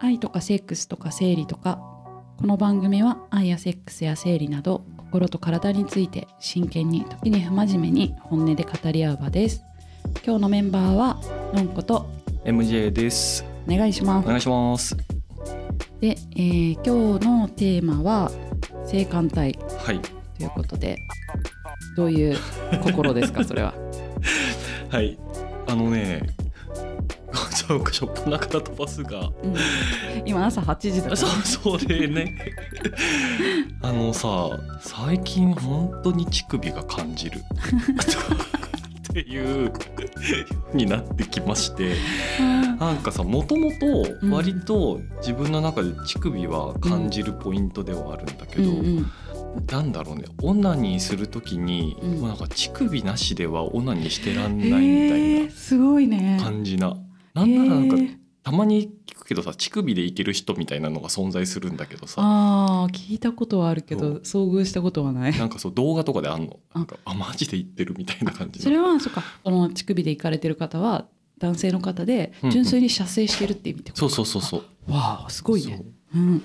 愛とかセックスとか生理とかこの番組は愛やセックスや生理など心と体について真剣に時に不真面目に本音で語り合う場です今日のメンバーはのんこと MJ です。お願いしまおす願いします。で、えー今日のテーマは性感帯はい。ということでどう いう心ですかそれははい。あのね、ちょっとしょっぱなから飛ばすが、うん今朝8時だから そう、それね。 あのさ、最近本当に乳首が感じる。っていうようになってきましてなんかさもともと割と自分の中で乳首は感じるポイントではあるんだけうど、んうんなんだろうねオナニーするときに、うんもうなんか乳首なしではオナニーしてらんないみたへいえすごいねな感じな、なんならなんかへえたまに聞くけどさ乳首でいける人みたいなのが存在するんだけどさあー聞いたことはあるけど遭遇したことはないなんかそう動画とかであんのあなんかあマジで言ってるみたいな感じそれはそっかその乳首で行かれてる方は男性の方でうんうん純粋に射精してるって意味ってこそとうそうそうそうわあすごいねそううん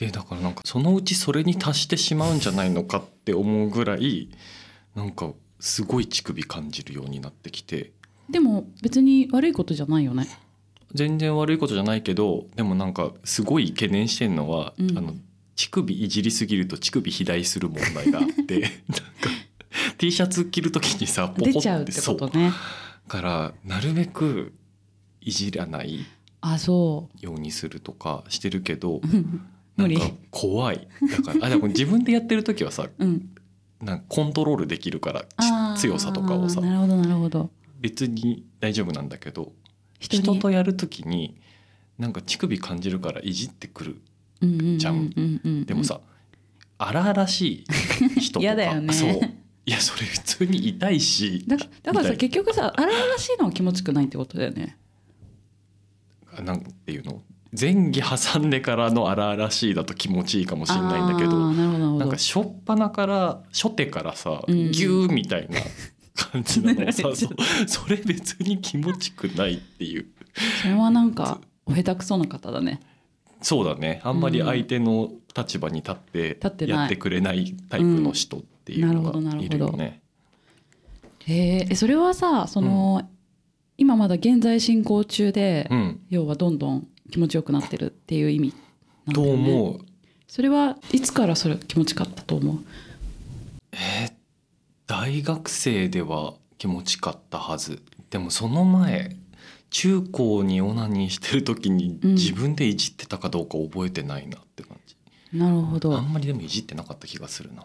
でだからなんかそのうちそれに達してしまうんじゃないのかって思うぐらいなんかすごい乳首感じるようになってきてでも別に悪いことじゃないよね全然悪いことじゃないけどでもなんかすごい懸念してんのは、うんあの乳首いじりすぎると乳首肥大する問題があって なんか T シャツ着る時にさポ出コってちゃうってそこうとねからなるべくいじらないあそようにするとかしてるけどう 無なん理か怖いだからあでも自分でやってる時はさうんなんかコントロールできるからあーち強さとかをさなるほどなるほど別に大丈夫なんだけど人に人とやる時になんか乳首感じるからいじってくるちゃうでもさ、荒々しい 人とか嫌だよねそういやそれ普通に痛いしだだからさ痛い結局さ荒々しいのは気持ちよくないってことだよねなんていうの前儀挟んでからの荒々しいだと気持ちいいかもしれないんだけあどーなるほどななるんほかどしょっぱなから初手からさ、うんギューみたいな感じなの ちさょっとそうそれ別に気持ちくないっていうそれはなんかお下手くそな方だねそうだねあんまり相手の立場に立って立ってないやってくれないタイプの人っていううのんなるほどながるほどいるよね。へーえそれはさその、今まだ現在進行中で、うん、要はどんどん気持ちよくなってるっていう意味なんだとよね思うそれはいつからそれ気持ちよかったと思う大学生では気持ちかったはずでもその前中高にオナニーしてる時にうん自分でいじってたかどうか覚えてないなって感じ、なるほどあんまりでもいじってなかった気がするな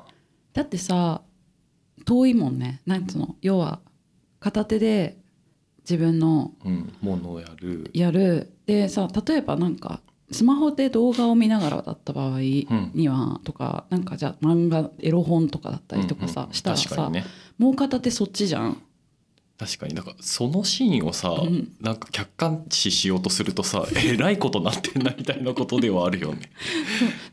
だってさ遠いもんねなんつうの要は片手で自分のうんものをやるやるでさ例えばなんかスマホで動画を見ながらだった場合には、とかなんかじゃあ漫画エロ本とかだったりとかさ、うんうんしたら確かさ、にねもう片手そっちじゃん確かにだからそのシーンをさ、うんなんか客観視しようとするとさえらいことなってんなみたいなことではあるよね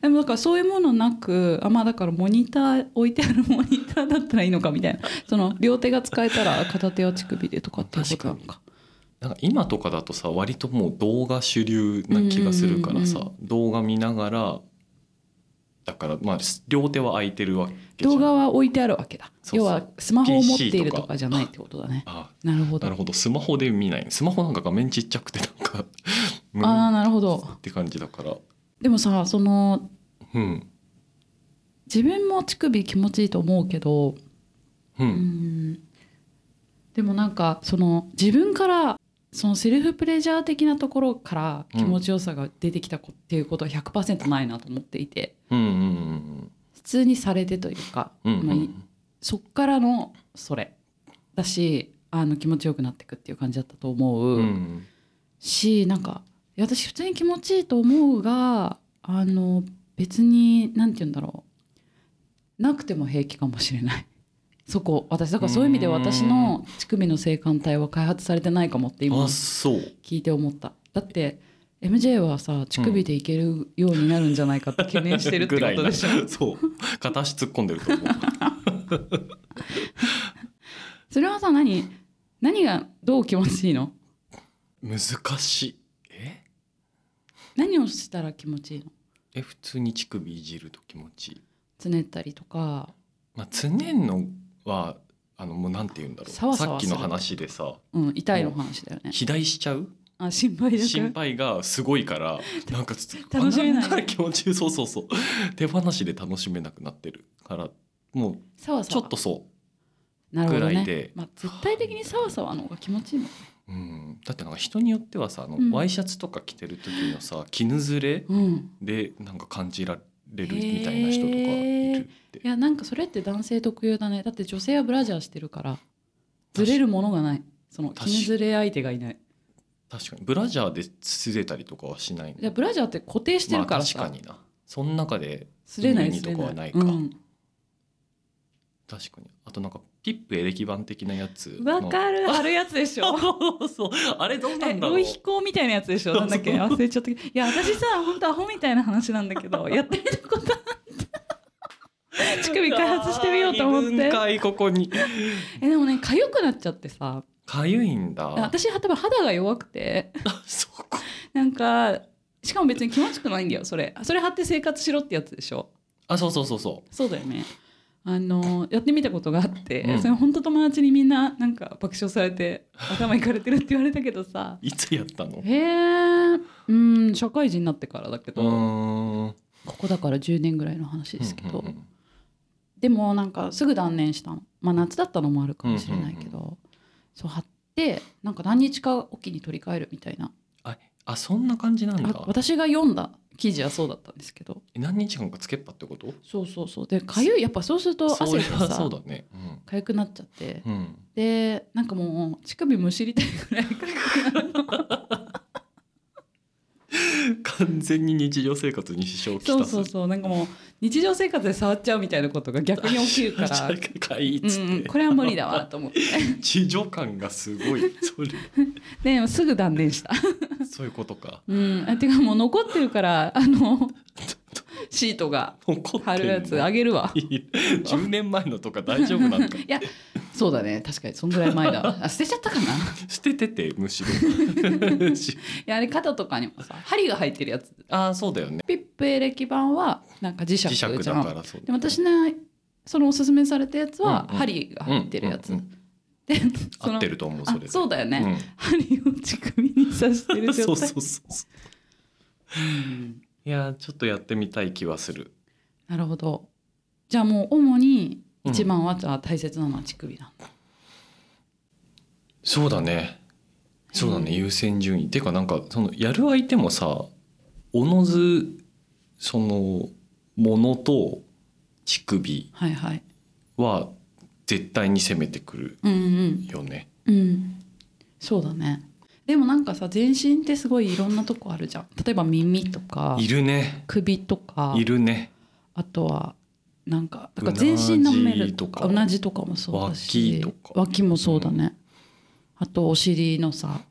でもだからそういうものなくあまあだからモニター置いてあるモニターだったらいいのかみた いなその両手が使えたら片手は乳首でとかっていうことなのかなんか今とかだとさ割ともう動画主流な気がするからさ、うんう動画見ながらだからまあ両手は空いてるわけじゃ動ん画は置いてあるわけだそうそう要はスマホを持っているとかじゃないってことだねあなるほどなるほどスマホで見ないスマホなんか画面ちっちゃくてなんか うんああっなるほどて感じだからでもさそのうん自分も乳首気持ちいいと思うけどううんんでもなんかその自分からそのセルフプレジャー的なところから気持ちよさが出てきたこっていうことは100%ないなと思っていて、うんうんうん普通にされてというか、うんうんうまあいんそっからのそれだしあの気持ちよくなっていくっていう感じだったと思う、うんしなんかいや私普通に気持ちいいと思うがあの別に何て言うんだろうなくても平気かもしれない。 そこ私だからそういう意味でうーん私の乳首の性感帯は開発されてないかもって今あそう聞いて思っただって MJ はさ乳首でいけるようになるんじゃないかって懸念してるってことでしょぐらいなそう片足突っ込んでると思うそれはさ何何がどう気持ちいいの難しいえ何何をしたら気持ちいいのえ普通に乳首いじると気持ちいい、つねったりとかまあ、つねんのはあのもうなんて言うんだろうさわささっわきするの話でさうん痛いの話だよね肥大しちゃうあ心配です心配がすごいからなんかつ 楽しめない あんな気持ちいいそうそうそう手放しで楽しめなくなってるからもうさわさちょわっとそなるほどぐらねいでまあ、絶対的にさわさわの方が気持ちいいもんう、うん、だってなんか人によってはさあの、うんワイシャツとか着てる時のさ絹ずれうんでなんか感じられるみたいな人とかいるっていやなんかそれって男性特有だねだって女性はブラジャーしてるからずれるものがないその確か気にずれ相手がいない確かにブラジャーで擦れたりとかはしないいやブラジャーって固定してるからさ、まあ、確かになその中でずれない意味ずれとかはなないいかうん確かにあとなんかピップエレキ版的なやつのわ、かるあるやつでしょそうそうあれどうなんだろロうイ飛行みたいなやつでしょなんだっけそう忘れちゃったけどいや私さ本当アホみたいな話なんだけ どやってみたことあ った乳首開発してみようと思っ二分て解こ こにえでもね痒くなっちゃってさかゆいんだ私は多分肌が弱くてあそこなんかしかも別に気持ちよくないんだよそれそれ貼って生活しろってやつでしょあそうそうそうそそうだよねあのやってみたことがあって、うんそれ本当友達にみんななんか爆笑されて頭いかれてるって言われたけど さういつやったのへえうん社会人になってからだけうど、ーんうんここだから10年ぐらいの話ですけど、うんうんでもなんかすぐ断念したのまあ夏だったのもあるかもしれないけど、そう貼ってなんか何日かおきに取り替えるみたいなあそんな感じなんだあ私が読んだ記事はそうだったんですけどえ何日間かつけっぱってことそうそうそうでかゆいやっぱそうするとそ汗れがはそさうだねかゆくなっちゃって、うん、うん、でなんかもう乳首むしりたいぐらいかゆくなるの完全に日常生活に支障をきたそうそうそうなんかもう日常生活で触っちゃうみたいなことが逆に起きる からあかいっうつって、んうんこれは無理だわと思って地上感がすごいそれ ですぐ断念したそういうことかうんあてかもう残ってるから あのシートが怒って貼るや つあげげるわ10年前のとか大丈夫なん かいやそうだね確かにそんぐらい前 だわあ捨てちゃったかない捨てててむ しろやあれ肩とかにもさ針が入ってるやつああそうだよねピップエレキ版はなんか磁石磁じゃん石だからそうでも私ねそのおすすめされたやつはうんうん針が入ってるやつ、うんうんうんでその合ってると思うあそれでそうだよね、針を乳首に刺してうる状ん、態そうそうそうそううんいやーちょっとやってみたい気はするなるほどじゃあもう主に一番はじゃあ大切なのは乳首なんだ、そうだねそうだね、優先順位っていうかなんかそのやる相手もさおのずそのものと乳首はいはいは絶対に攻めてくるうんうんよねうんそうだねでもなんかさ全身ってすごいいろんなとこあるじゃん例えば耳とかいるね首とかいるねあとはなんかだから全身舐めるとかううななじとかもそうだし脇とか脇もそうだね、あとお尻のさ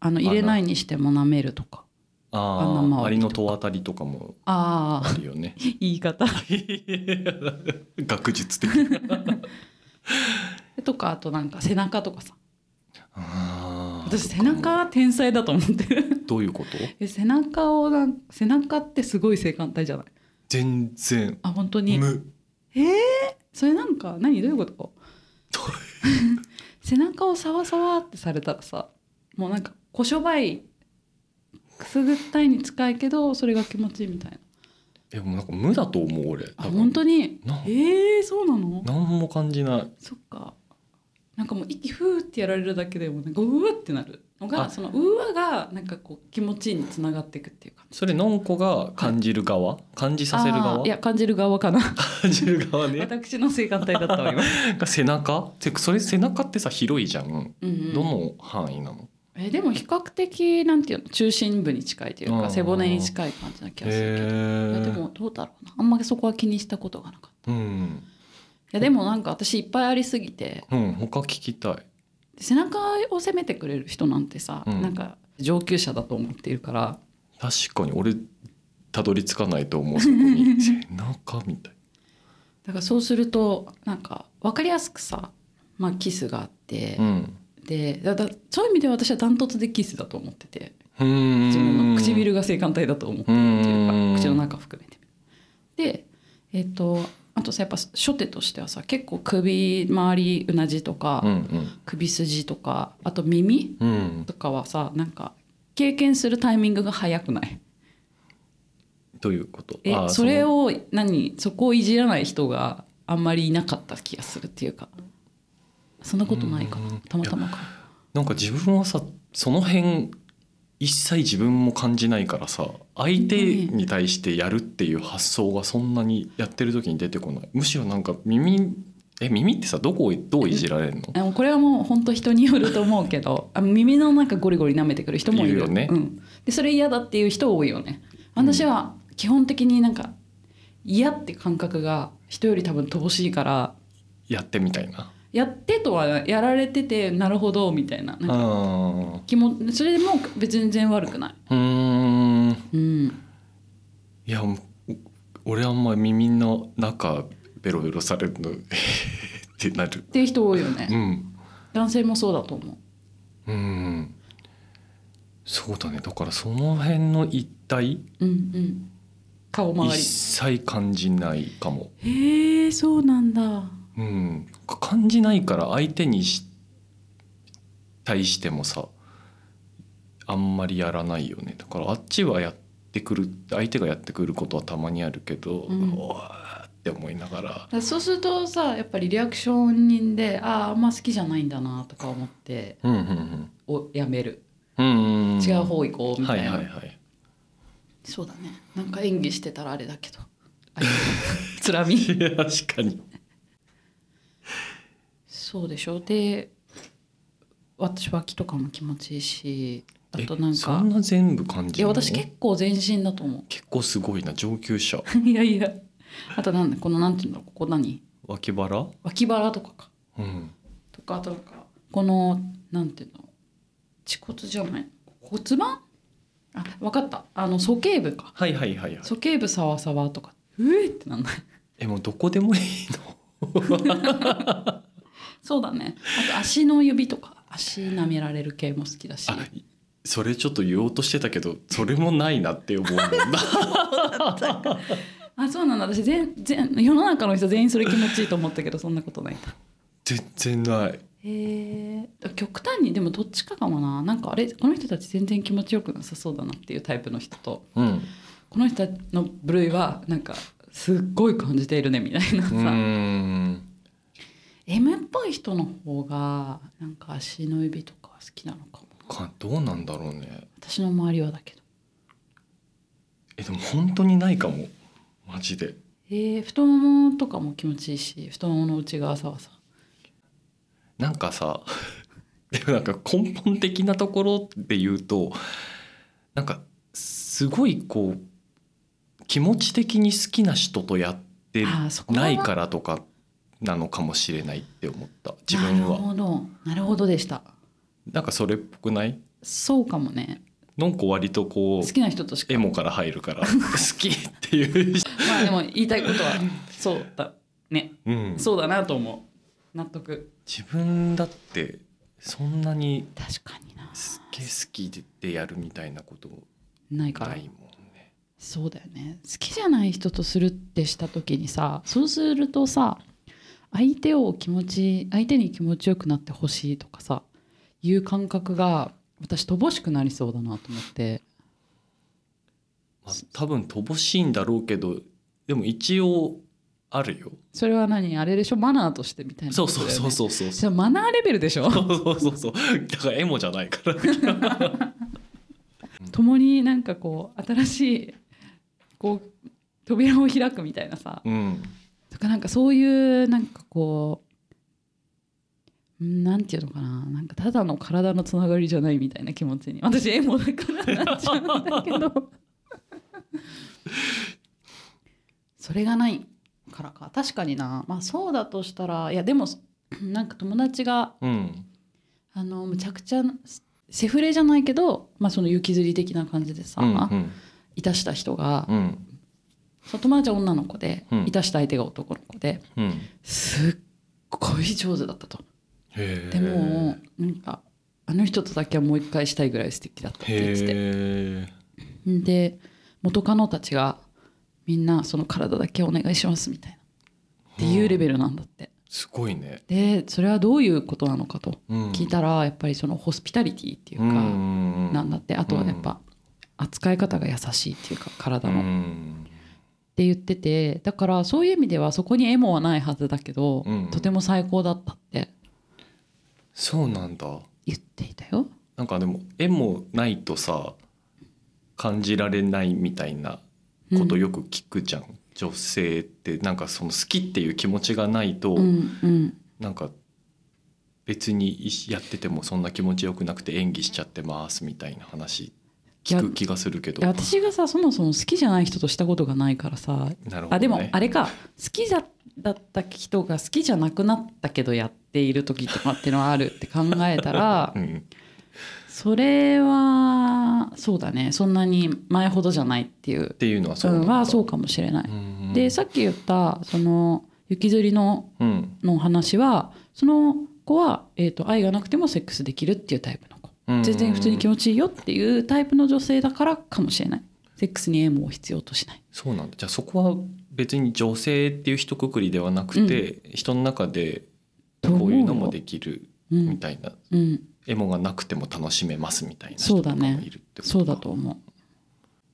あの入れないにしても舐めるとかあ穴あ周アりリの戸当たりとかもあああるよ ね言い方学術的 なとかあとなんか背中とかさあー私背中天才だと思って るどういうことえ背中をなん背中ってすごい性感帯じゃない全然あ本当に無えー、それなんか何どういうことど 背中をサワサワってされたらさもうなんかこしょばいくすぐったいに近いけどそれが気持ちいいみたいなえもうなんか無だと思う俺あ本当になえー、そうなの何も感じないそっかなんかもう息ふーってやられるだけでもなんかうわってなるのがあそのうわがなんかこう気持ちいいにつながっていくっていう感じそれのんこが感じる側、感じさせるあ側ーいや感じる側かな感じる側 ね私の性感帯だった わ今、なんか背中てそれ背中ってさ広いじゃん、うんうんどの範囲なのえでも比較的なんていうの中心部に近いといううかん背骨に近い感じな気がするけど、いやでもどうだろうなあんまりそこは気にしたことがなかったうん、いやでもなんか私いっぱいありすぎてうん、他聞きたい背中を責めてくれる人なんてさ、うんなんか上級者だと思っているから確かに俺たどり着かないと思うそ こに背中みたいだからそうするとなんか分かりやすくさ、まあ、キスがあってう、んでだだそういう意味では私はダントツでキスだと思ってて自自分の唇が性感帯だと思ってるっていうか口の中含めてでえっ、とあとさやっぱ初手としてはさ結構首周りうなじとか、うん首筋とかあと耳うんうんとかはさなんか経験するタイミングが早くないということえあーそれのを何そこをいじらない人があんまりいなかった気がするっていうかそんなことないかうなんたまたまかなんか自分はさその辺一切自分も感じないからさ相手に対してやるっていう発想がそんなにやってる時に出てこないむしろなんか耳え耳ってさどこをどういじられるのあのこれはもう本当人によると思うけど あ耳の中ゴリゴリ舐めてくる人もいるいるよねうん、でそれ嫌だっていう人多いよね私は基本的になんか嫌って感覚が人より多分乏しいからやってみたいな。やってとはやられててなるほどみたいななんあかー気もそれでも別に全然悪くなうーんい、うん、いやもう俺あんま耳の中ベロベロされるの ってなるっていう人多いようねん男性もそうだと思ううんそうだねだからその辺の一体うんうん顔周一切感じないかも、りへえそうなんだうん、感じないから相手にし対してもさあんまりやらないよねだからあっちはやってくる相手がやってくることはたまにあるけど、うんおーって思いながらそうするとさやっぱりリアクション人であああんま好きじゃないんだなとか思ってうんうんおやめるうんうんん違う方行こうみたいな、はいはいはいそうだねなんか演技してたらあれだけ どあれつらみい や確かにそうでしょで私脇とかも気持ちいいしあとなんえそかんな全部感いじやるの私結構全身だと思結構すごいな上 級者ういやいやあとなんだこのなんていうんだろうここ何脇腹脇腹とかかうんとかあとなんかこのなんていうの恥骨じゃない骨盤あ分かったあの鼠径部かはいはいはいはい鼠径部サワサワとかうえってなんないえもうどこでもいいそうだねあと足の指とか足舐められる系も好きだしのあそれちょっと言おうとしてたけどそれもないなって思う んだあそうなんだ私全全世の中の人全員それ気持ちいいと思ったけどそんなことないんだ全然ないへえ極端にでもどっちかかもななんかあれこの人たち全然気持ちよくなさそうだなっていうタイプの人とうんこの人の部類はなんかすっごい感じているねみたいなさ、うーん M っぽい人の方がなんか足の指とか好きなのかもかどうなんだろうね私の周りはだけどえでも本当にないかもマジでえー、太ももとかも気持ちいいし太ももの内側さはさなんかさ でもなんか根本的なところで言うとなんかすごいこう気持ち的に好きな人とやってあーそこはないからとかなのかもしれないって思った自分なるはほどなるほどでしたなんかそれっぽくないそうかもねのんこ割と好こうきな人としかエモから入 るから好きっていう、まあでも言いたいことはそうだねうん、そうだなと思う納得自分だってそんなに確かになすっげえ好きでやるみたいなことないからないもんね。そうだよね好きじゃない人とするってした時にさそうするとさ相手を気持ち相手に気持ちよくなってほしいとかさいう感覚が私乏しくなりそうだなと思ってまあ、多分乏しいんだろうけどでも一応あるよ。それは何あれでしょマナーとしてみたいなそうそうそううそうそうじそうゃあマナーレベルでしょそうそうそうだからエモじゃないから共になんかこう新しいこう扉を開くみたいなさうんとかなんかそういうなんかこうんなんていうのかななんかただの体のつながりじゃないみたいな気持ちに私エモだからなっちゃうんだけ どそれがないからか確かになまあそうだとしたらいやでもなんか友達がうんあのむちゃくちゃセフレじゃないけど、まあ、その湯削り的な感じでさ、うんうんいたした人が、うんその友達は女の子で、うんいたした相手が男の子でうんすっごい上手だったと。へーでもなんかあの人とだけはもう一回したいぐらい素敵だったって言っててへえで元カノたちがみんなその体だけお願いしますみたいなっていうレベルなんだってすごいねでそれはどういうことなのかとうん聞いたらやっぱりそのホスピタリティっていううんうかんうんなんだってあとはやっぱ扱い方が優しいっていうか体のうっんて言っててだからそういう意味ではそこにエモはないはずだけどうんとても最高だったってそうなんだ言っていたよなんかでも絵もないとさ感じられないみたいなうんことよく聞くじゃん、女性ってなんかその好きっていう気持ちがないと、うんうんなんか別にやっててもそんな気持ちよくなくて演技しちゃってますみたいな話聞く気がするけいどや私がさそもそも好きじゃない人としたことがないからさなるほど、ね、あでもあれれか好きじゃだった人が好きじゃなくなったけどやっている時とかっていうのはあるって考えた らうんそれはそうだねそんなに前ほどじゃないっていうっていうのはうそうなんんだはそうかもしれない。うんでさっき言ったその雪吊りのうんのお話はその子は、えー、と愛がなくてもセックスできるっていうタイプの子うん全然普通に気持ちいいよっていうタイプの女性だからかもしれないセックスにエモを必要としない。そうなんだじゃあそこは別に女性っていう一括りではなくて、人の中でと思こうよういうのもできるうみんたいな、うん、エモがなくても楽しめますみたいなそ人うとだかねもいるってことかそうだと思う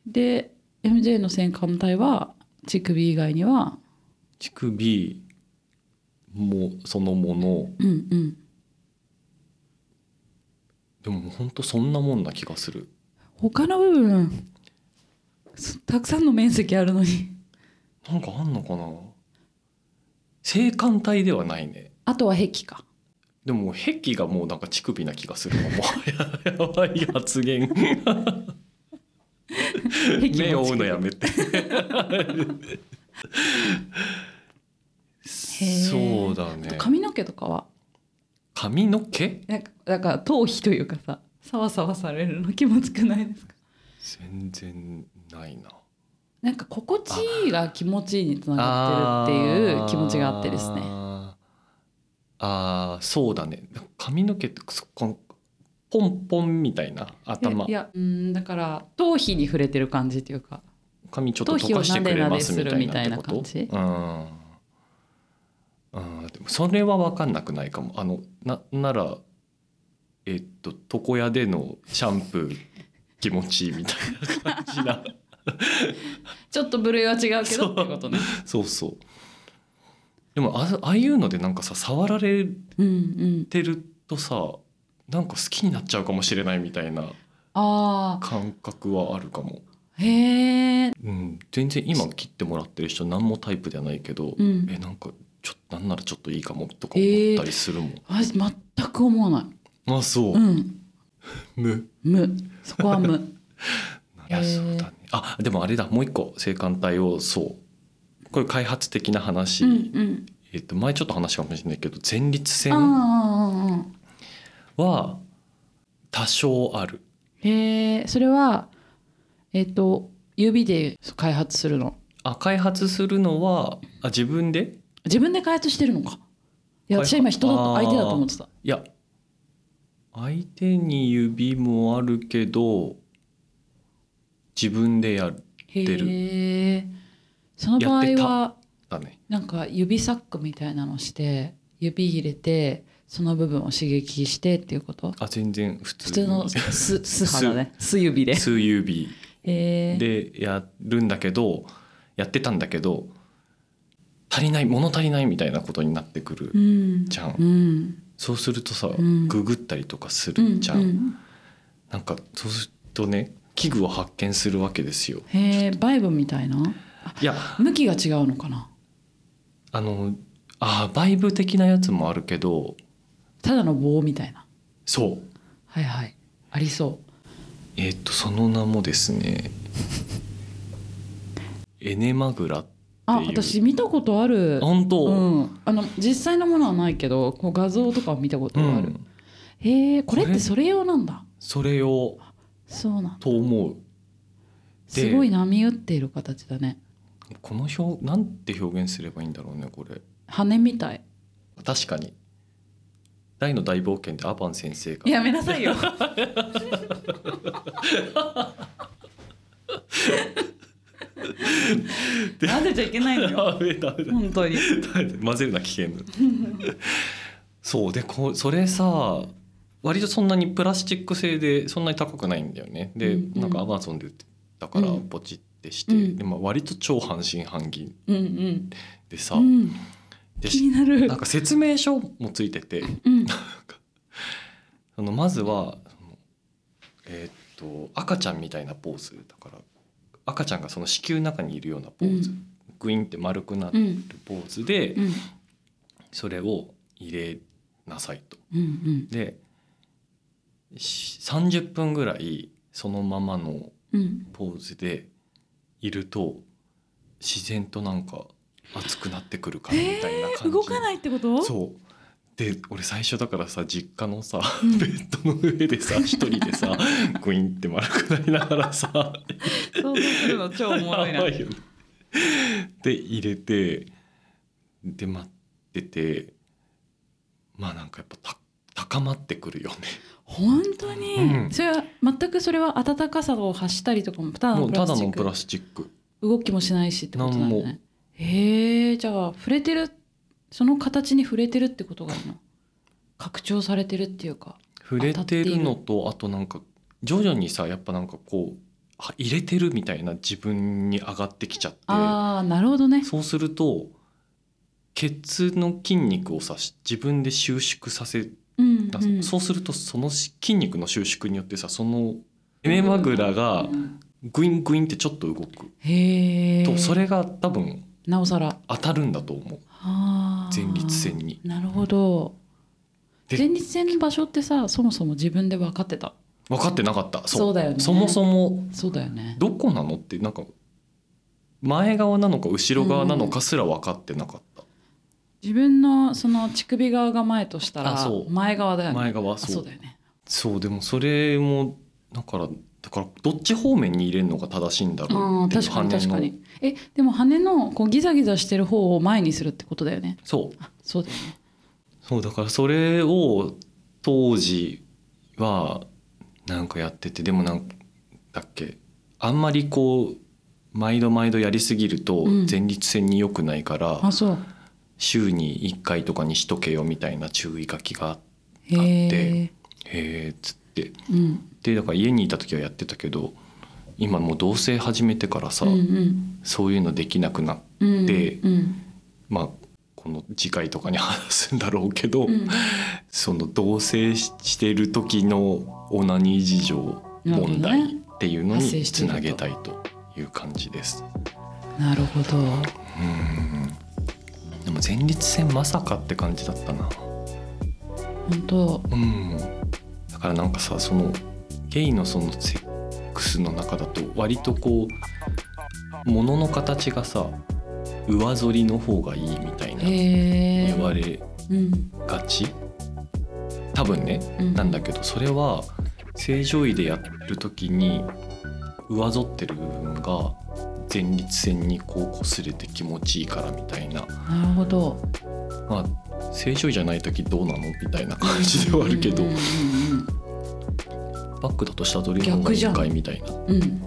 で MJ の戦艦隊は乳首以外には乳首もそのものうんうんでも本当そんなもんな気がする他の部分すたくさんの面積あるのに なんかあんのかな性感帯ではないねあとは壁かでも壁がもうなんか乳首な気がするなもうやばい発言壁も目を追うのやめてーそうだね髪の毛とかは髪の毛なんかだから頭皮というかさサワサワされるの気持ちくないですか全然ないななんか心地いいが気持ちいいにつながってるっていう気持ちがあってですねあーあーそうだね髪の毛ってそこのポンポンみたいな頭いやうんだから頭皮に触れてる感じというか髪ちょっと溶かしてくれますみたいなって頭皮をなことでなでするみうんうんでもそれは分かんなくないかもあのなならえっと床屋でのシャンプー気持ちいいみたいな感 じなちょっと部類は違うけどっていうことねそうそうでもあああいうのでなんかさ触られうんうんてるとさなんか好きになっちゃうかもしれないみたいなあ感覚はあるかも、あへえうん、全然今切ってもらってる人何もタイプじゃないけど、うんえなんかちょっとなんならちょっといいかもとか思ったりするもん、私全く思わないあそう、うんむ無そこは無いやへーそうだねあでもあれだもう一個性感帯をそうこれ開発的な話、うんうんえっと前ちょっと話したかもしれないけど前立腺ああは多少あるへえそれはえっ、と指で開発するのあ開発するのはあ自分で自分で開発してるのかいや開発私は今人だとあー相手だと思ってたいや相手に指もあるけど自分でやるへてるえその場合やってはだねなんか指サックみたいなのして指入れてその部分を刺激してっていうことあ全然普通普通のにす素肌ね素指で数指へえでやるんだけどやってたんだけど足りない物足りないみたいなことになってくるうんじゃん、うんそうするとさ、んググったりとかすうるんじゃん、なんかそうするとね器具を発見するわけですよへえバイブみたいないや向きが違うのかなあのあーバイブ的なやつもあるけどただの棒みたいなそうはいはいありそえーっとその名もで すねエネマグラってうあいう私見たことある本当、うん、あの実際のものはないけどこう画像とかを見たことうがある、んへえこれっこてれそれ用なんだそれをそうなんと思うすごい波打っている形だねこの表なん て表現すればいいんだろうねこれ羽みたい確かに大の大冒険」でアバン先生がやめなさい よ混ぜちゃいけないのよ ダメダメダメ本当に混ぜるな 危険そうでこそれさ割とそんなにプラスチック製でそんなに高くないんだよねで、うんうんなんかアマゾンで売ってたからうんポチってして、うんでまあ、割と超半信半疑うんうんでさ、うんで気になるなんか説明書もついててうんあのまずはそのえーっと赤ちゃんみたいなポーズだから赤ちゃんがその子宮の中にいるようなポーズ、グインって丸くなうるんポーズで、うんそれを入れなさいと。うんでし30分ぐらいそのままのうんうんポーズでいると自然となんか熱くなってくるからみたいな感じ、動かないってことそうで俺最初だからさ実家のさ、 うんベッドの上で さ一人でさグインって丸くなりながらさ想像するの超おもろい なやばいよねで入れてで待っててまあなんかやっぱた高まってくるよね本当に、うんそれは全くそれは温かさを発したりとかもただものうプたラだスチのックプラスチック動きもしないしってことなんだなんねへえじゃあ触れてるその形に触れてるってことがあるの拡張されてるっていうか触れてるのとあとなんか徐々にさやっぱなんかこうあ入れてるみたいな自分に上がってきちゃっああなるほどねてそうすると血の筋肉をさし自分で収縮させうんだうんそうするとそのし筋肉の収縮によってさそのエネマグラがうんグイングインってちょっと動くへえとそれが多分なおさら当たるんだと思うあー前立腺に。なるほどで前立腺の場所ってさそもそも自分で分かってた分かってなかったそうそうだよねそもそもそうだよねどこなのってなんか前側なのか後ろ側なのかすら分かってなかった、自分のその乳首側が前としたらあそう前側だよね前側あそうそそううだよねでもそれもだからだからどっち方面に入れるのが正しいんだろあうーっていう確かに確かのにえでも羽のこうギザギザしてる方を前にするってことだよねそうあそうだよねそうだからそれを当時はなんかやっててでもなんだっけあんまりこう毎度毎度やりすぎるとうん前立腺に良くないから、あそう週に1回とかにしとけよみたいな注意書きがあってへえへえっつってうんでだから家にいた時はやってたけど今もう同棲始めてからさ、うんうんそういうのできなくなうんでうんまあこの次回とかに話すんだろうけど、うんその同棲ししてる時のオナニー事情問なるほど題ねっていうの発生にしてついるとなげたいという感じです。なるほどうんでも前立腺まさかって感じだったな。本当うん、だからなんかさそのゲイのそのセックスの中だと割とこう物の形がさ上反りの方がいいみたいへなえ言われうんがち多分ねうなんだけどそれは正常位でやる時に上反ってる部分が前立腺にこう擦れて気持ちいいからみたいななるほどまあ正常位じゃない時どうなのみたいな感じではあるけどうんうんバックだと下取りの方が逆じゃん1回みたいなうんうん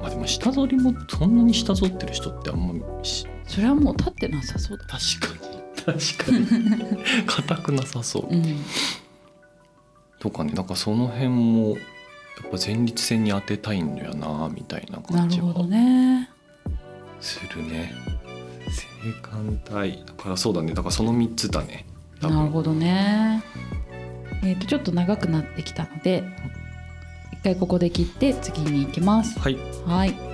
まあでも下取りもそんなに下取ってる人ってあんましそれはもう立ってなさそうだ確かに確かに硬くなさそううんとかねなんかその辺もやっぱ前立腺に当てたいんだよなみたいなな感るじほどはねするね性感帯だからそうだねだからその3つだね多分なるほどね。えっ、とちょっと長くなってきたので、一回ここで切って次に行きます。はいはい。